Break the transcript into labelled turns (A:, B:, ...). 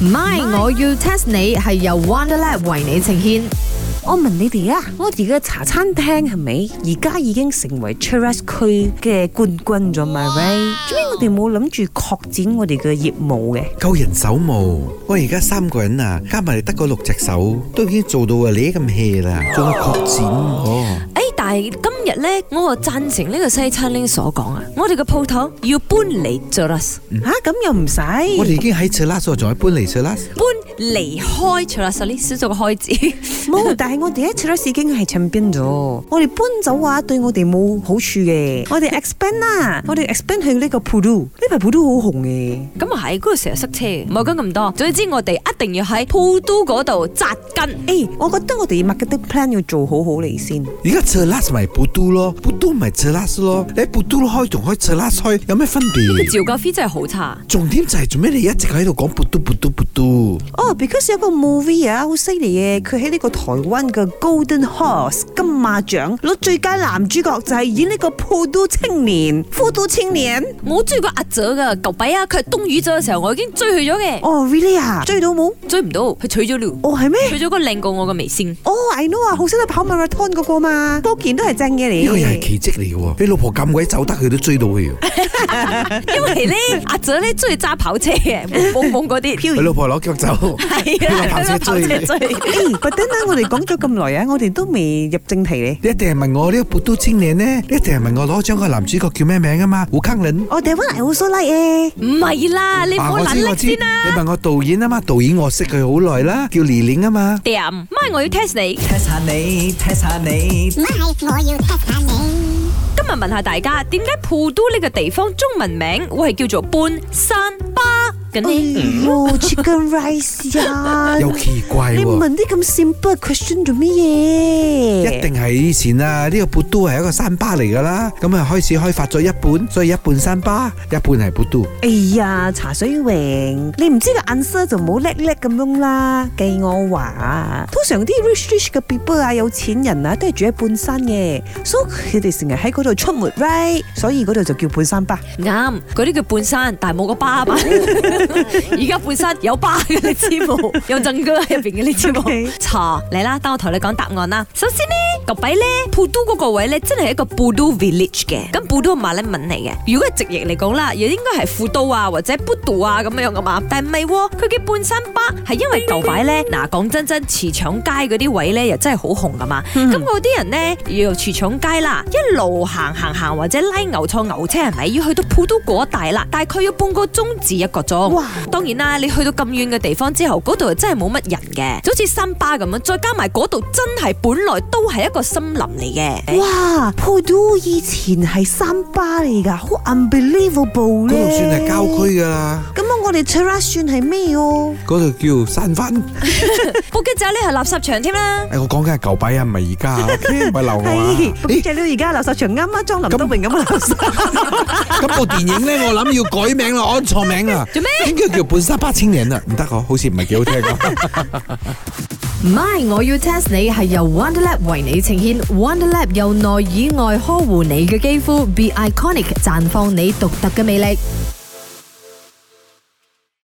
A: My，我要 test 你係由 Wonderlab 為你呈現。
B: 我問你哋啊，我哋嘅茶餐廳係咪而家已經成為 Cheras 區嘅冠軍咗嘛？Right？做咩我哋冇諗住擴展我哋嘅業務嘅？
C: 救人手冇，我而家三個人啊，加埋你得嗰六隻手，都已經做到啊你咁 hea 啦，仲有擴展哦。
D: 誒，但係今日咧，我啊贊成呢個西餐廳所講啊，我哋嘅鋪頭要搬嚟 j o l a s
A: 嗯
B: 吓啊咁又唔使，
C: 嗯我哋已經喺 Chelas 咗，仲喺搬嚟 Chelas。
D: 搬離開 j o l a s 呢少咗個開字。
B: 冇， 但係我哋喺 Cheras 已經係 champion 咗，我哋搬走啊，對我哋冇好處嘅。我哋 expand 啦，我哋 expand 去呢個 Pudu，呢排 Pudu 好紅嘅。
D: 咁啊係，嗰度成日塞車，唔好講咁多。總之我哋一定要喺鋪都嗰度扎根。
B: 誒，我覺得我哋 marketing plan 要做好好嚟先。
C: 而家 Chelas 咪 Putu 咯，Putu 咪 Chelas 咯，你喺 Putu 開同開 Chelas 開有咩分別？
D: 趙教飛真係好差。
C: 重點就係做咩你一直喺度講 Putu Putu Putu？
B: 哦、b e c a u s e 有個 movie 啊，好犀利嘅，佢喺呢個台灣嘅 Golden Horse 金馬獎攞最佳男主角，就係演呢個普渡青年。普渡青年，
D: 我追過阿哲噶，舊比啊，佢係東宇咗嘅時候，我已經追佢咗嘅，
B: 哦、r e a l l y 啊，追到冇？
D: 追唔到，佢娶咗了，
B: 哦，係咩？
D: 娶咗個靚過我嘅微先。
B: 哦、i know 啊，好識得跑 marathon 嗰個嘛，嗰件都係正嘢嚟。
C: 呢個又係奇蹟嚟嘅喎，你老婆咁鬼走得佢都追到 佢喎。
D: 因為咧，阿哲咧中意揸跑車嘅，蹦蹦嗰啲，
C: 佢老婆攞腳走。
D: 係
C: 佢啊話跑車追你
D: 追。
B: 誒，但等等，我哋講咗咁耐啊，我哋都未入正題咧。
C: 你一定係問我呢個 Putu 青年呢？你一定係問我攞獎嘅男主角叫咩名啊嘛？胡康倫。
B: 哦，第一 one I also like 誒，
D: 唔係啦，你唔好
C: 啊我
D: 懶
C: 知我
D: 叻
C: 知，
D: 先啦。
C: 你問我導演啊嘛，導演我識佢好耐啦，叫李玲啊嘛。
D: 掂，咪我要 test 你。
E: test 下你，test 下你
F: My，我要 test 下你。
D: 今日問下大家，點解普都呢個地方中文名會係叫做半山巴嘅呢？
B: 哦，chicken rice 啊，
C: 嗯 又奇怪
B: 你
C: 喎、
B: 問啲咁 simple question 做咩嘢？
C: 一定係以前啊，呢、個布都係一個山巴嚟噶啦，咁啊開始開發咗一半，所以一半山巴，一半係布都。
B: 哎呀，茶水榮，你唔知個 answer 就唔好叻叻咁樣啦。計我話，通常啲 rich rich 嘅 people 啊，有錢人啊，都係住喺半山嘅，所以佢哋成日喺嗰度出沒 right，所以嗰度就叫半山巴。
D: 啱，嗰啲叫半山，但係冇個巴嘛。 而家半山有巴嘅，你知冇？有陣哥喺入邊嘅，你知冇
B: OK？
D: 錯，嚟啦，等我同你講答案啦。首先呢，舊底咧，布都嗰個位咧，真係一個布都 village 嘅。咁布都係馬來文嚟嘅，如果係直譯嚟講啦，又應該係富都啊或者布都啊咁樣噶嘛。但係唔係喎，佢叫半山巴係因為舊底咧，嗱講真真，慈祥街嗰啲位咧又真係好紅噶嘛。咁嗰啲人咧要由慈祥街啦，一路行行行或者拉牛坐牛車係咪？要去到布都嗰一帶啦，大概要半個鐘至一個鐘。
B: 哇！
D: 當然啦，你去到咁遠嘅地方之後，嗰度真係冇乜人嘅，就好似森巴咁樣。再加埋嗰度真係本來都係一個森林嚟嘅。
B: 哇，Pudu 以前係山巴嚟㗎，好 unbelievable
C: 嗰
B: 咧。
C: 度算係郊區噶啦，
B: 咁啊，我哋 Cheras 算係咩哦？
C: 嗰度叫山番。
D: 布吉仔呢係垃圾場添啦，
C: 誒，我講緊係舊擺啊，唔係而家啊，OK？唔係流我啊
B: 係，。咁
C: 咦
B: 就到而家垃圾場啱啱裝林德榮咁嘅啊垃圾。
C: 咁部電影咧，我諗要改名啦，我按錯名啦。
D: 做咩？
C: 應該叫半山巴青年啦，唔得我，好似唔係幾好聽喎。
A: My，我要 test 你係由 Wonderlab 為你呈現，Wonderlab 由內以外呵護你嘅肌膚，Be Iconic 綻放你獨特嘅魅力。